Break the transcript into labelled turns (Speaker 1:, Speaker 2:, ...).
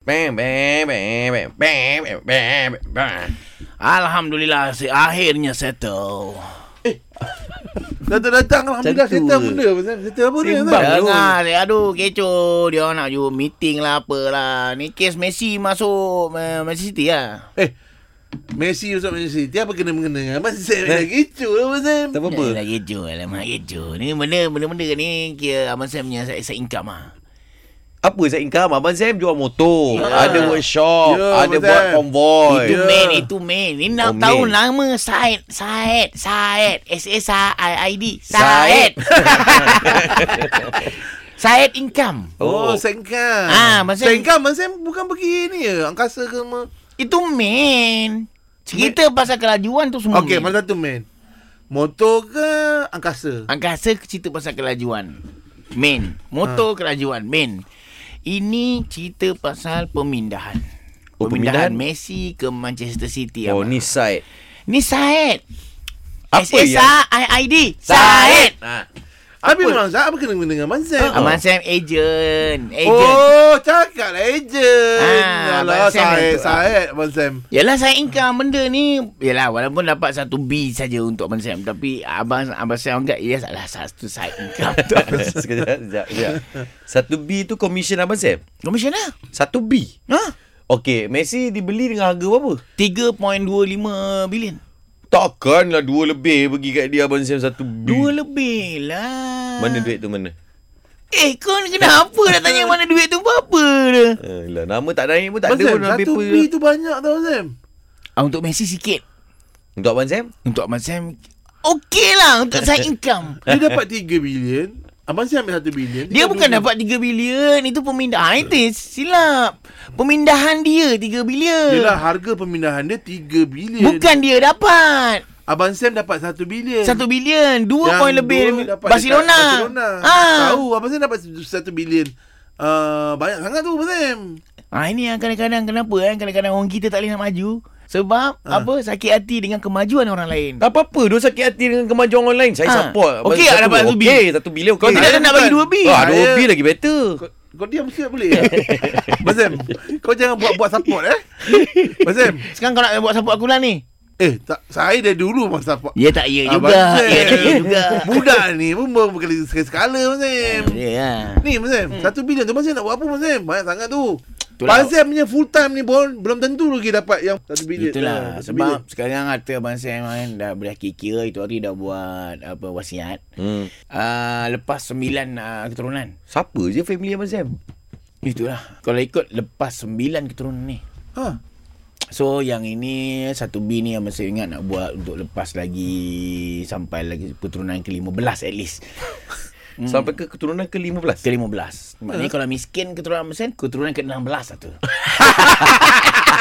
Speaker 1: Bam, bam, bam, bam, bam, bam, bam, bam.
Speaker 2: Alhamdulillah se- akhirnya settle.
Speaker 3: Datang-datang Alhamdulillah
Speaker 4: Macam tu.
Speaker 3: Settle benda pasal Settle apa benda
Speaker 4: Sembang.
Speaker 3: pasal?
Speaker 4: Aduh.
Speaker 2: Dengar dia aduh kecoh dia nak you meeting lah apalah. Ni kes Messi masuk uh, Manchester City lah.
Speaker 3: Eh Messi masuk Manchester City Apa kena-mengena
Speaker 2: Eh.
Speaker 3: dengan Abang Sam Dah kecoh lah Abang Sam
Speaker 4: Tak apa-apa.
Speaker 2: Yalah kecoh alamak kecoh. Ni benda benda-benda ni kira abang saya punya side, side income ah.
Speaker 4: Apa saya income? Abang Sam jual motor.
Speaker 2: Ya.
Speaker 4: Ada workshop.
Speaker 3: Ya,
Speaker 4: ada
Speaker 3: Abang
Speaker 4: buat
Speaker 3: Sam.
Speaker 4: konvoy.
Speaker 2: Itu
Speaker 3: Ya.
Speaker 2: main, itu main. Ni
Speaker 4: Oh,
Speaker 2: nak tahu
Speaker 4: main.
Speaker 2: nama Said, Said, Said. S A S A I D. Said. Said income.
Speaker 3: Oh,
Speaker 4: Oh.
Speaker 3: Sengkam.
Speaker 2: Ah, Abang Hmm. Sam-
Speaker 3: Sengkam, Abang Sam bukan pergi ni ya, angkasa ke apa?
Speaker 2: Itu main. Cerita pasal kelajuan tu semua.
Speaker 3: Okey,
Speaker 2: main.
Speaker 3: mana satu main? Motor ke angkasa?
Speaker 2: Angkasa cerita pasal kelajuan. Main.
Speaker 4: Ha.
Speaker 2: Motor kelajuan, main. Ini cerita pasal pemindahan.
Speaker 4: Oh, pemindahan?
Speaker 2: pemindahan Messi ke Manchester City.
Speaker 4: Oh,
Speaker 2: ya, abang.
Speaker 4: ni side.
Speaker 2: Ni Said.
Speaker 4: Apa
Speaker 2: S S
Speaker 4: yang-
Speaker 2: A I I D. Said.
Speaker 4: Ha.
Speaker 3: Habis memang Zah, apa kena guna dengan Abang Sam?
Speaker 2: Ah, Abang Sam agent. Agent. Oh.
Speaker 3: Oh, cakap lah agent.
Speaker 2: Ah,
Speaker 3: Alah,
Speaker 2: Abang Sam
Speaker 3: Said,
Speaker 2: tu.
Speaker 3: Said, Abang Sam.
Speaker 2: Yalah saya income benda ni Yalah walaupun dapat satu B saja untuk Abang Sam Tapi Abang Abang Sam anggap ia salah satu side income tu
Speaker 4: sekejap, sekejap, sekejap. Satu B tu komisen Abang Sam?
Speaker 2: Commission lah
Speaker 4: Satu B?
Speaker 2: ha?
Speaker 4: Okey, Messi dibeli dengan harga berapa?
Speaker 2: 3.25 bilion
Speaker 4: Takkanlah dua lebih pergi kat dia Abang Sam satu B.
Speaker 2: Dua lebih lah
Speaker 4: Mana duit tu mana?
Speaker 2: Eh kau ni kenapa nak tanya mana duit tu apa dah
Speaker 4: Eh, lah, nama tak naik pun tak
Speaker 3: Abang
Speaker 4: ada
Speaker 3: Sam,
Speaker 4: pun dalam
Speaker 3: satu
Speaker 4: paper.
Speaker 3: B tu banyak tau, Abang Sam.
Speaker 2: ah, Untuk Messi sikit
Speaker 4: Untuk Abang Sam?
Speaker 2: Untuk Abang Sam Okey lah untuk side income
Speaker 3: Dia dapat 3 bilion. Abang Sam ambil 1 bilion.
Speaker 2: Dia bukan dapat 3 bilion Itu pemindahan Ah, Itu silap Pemindahan dia 3 bilion
Speaker 3: Yelah, harga pemindahan dia 3 bilion.
Speaker 2: Bukan dia dapat
Speaker 3: Abang Sam dapat 1 bilion.
Speaker 2: Satu bilion Dua
Speaker 3: Yang
Speaker 2: poin
Speaker 3: dua
Speaker 2: lebih
Speaker 3: dapat
Speaker 2: Barcelona
Speaker 3: dekat Barcelona.
Speaker 2: Ah.
Speaker 3: Tahu Abang Sam dapat 1 bilion. Uh, banyak sangat tu Abang Sam.
Speaker 2: ah, Ini yang kadang-kadang Kenapa kan Kadang-kadang orang kita tak boleh nak maju Sebab
Speaker 3: Ah.
Speaker 2: Apa Sakit hati dengan kemajuan orang lain
Speaker 4: Tak apa-apa, dia sakit hati dengan kemajuan orang lain. Saya
Speaker 2: Ah.
Speaker 4: support. Abang
Speaker 2: Okey,
Speaker 4: Sam
Speaker 2: ah, dapat
Speaker 4: tu.
Speaker 2: satu B.
Speaker 4: Okey, satu bilion.
Speaker 2: Kau
Speaker 4: okey.
Speaker 2: tidak ada nak bagi dua B
Speaker 4: Ah, ada dua
Speaker 3: Saya-
Speaker 4: B lagi better.
Speaker 3: Kau, kau diam sikit boleh tak? Abang Sam, kau jangan buat-buat support eh. Abang Sam,
Speaker 2: Sekarang kau nak buat support aku lah ni
Speaker 3: eh tak, saya dah dulu memang support.
Speaker 2: Ya tak ya
Speaker 3: Abang
Speaker 2: juga
Speaker 3: Sam.
Speaker 2: Ya tak ya juga
Speaker 3: Budak ni pun baru berkali sekala Abang Sam.
Speaker 2: Ya lah
Speaker 3: Ni Abang Sam, satu bilion tu Abang Sam nak buat apa Abang Sam? Banyak sangat tu.
Speaker 2: Itulah.
Speaker 3: Abang Sam punya full time ni pun belum tentu lagi dapat yang satu bilion.
Speaker 2: Itulah
Speaker 3: Ah, satu
Speaker 2: Sebab
Speaker 3: bilion.
Speaker 2: sekarang harta Abang Sam kan Dah dah kira Itu hari dah buat Apa wasiat
Speaker 4: Hmm.
Speaker 2: uh, Lepas sembilan uh, keturunan
Speaker 4: Siapa je family Abang Sam?
Speaker 2: Itulah Kalau ikut Lepas sembilan keturunan ni
Speaker 3: Ha.
Speaker 2: So yang ini Satu B ni yang masih ingat nak buat Untuk lepas lagi Sampai lagi keturunan ke-15 at least Hmm.
Speaker 4: Sampai ke keturunan ke-15.
Speaker 2: Ke-15 Maknanya kalau miskin keturunan mesin Keturunan ke-16 lah tu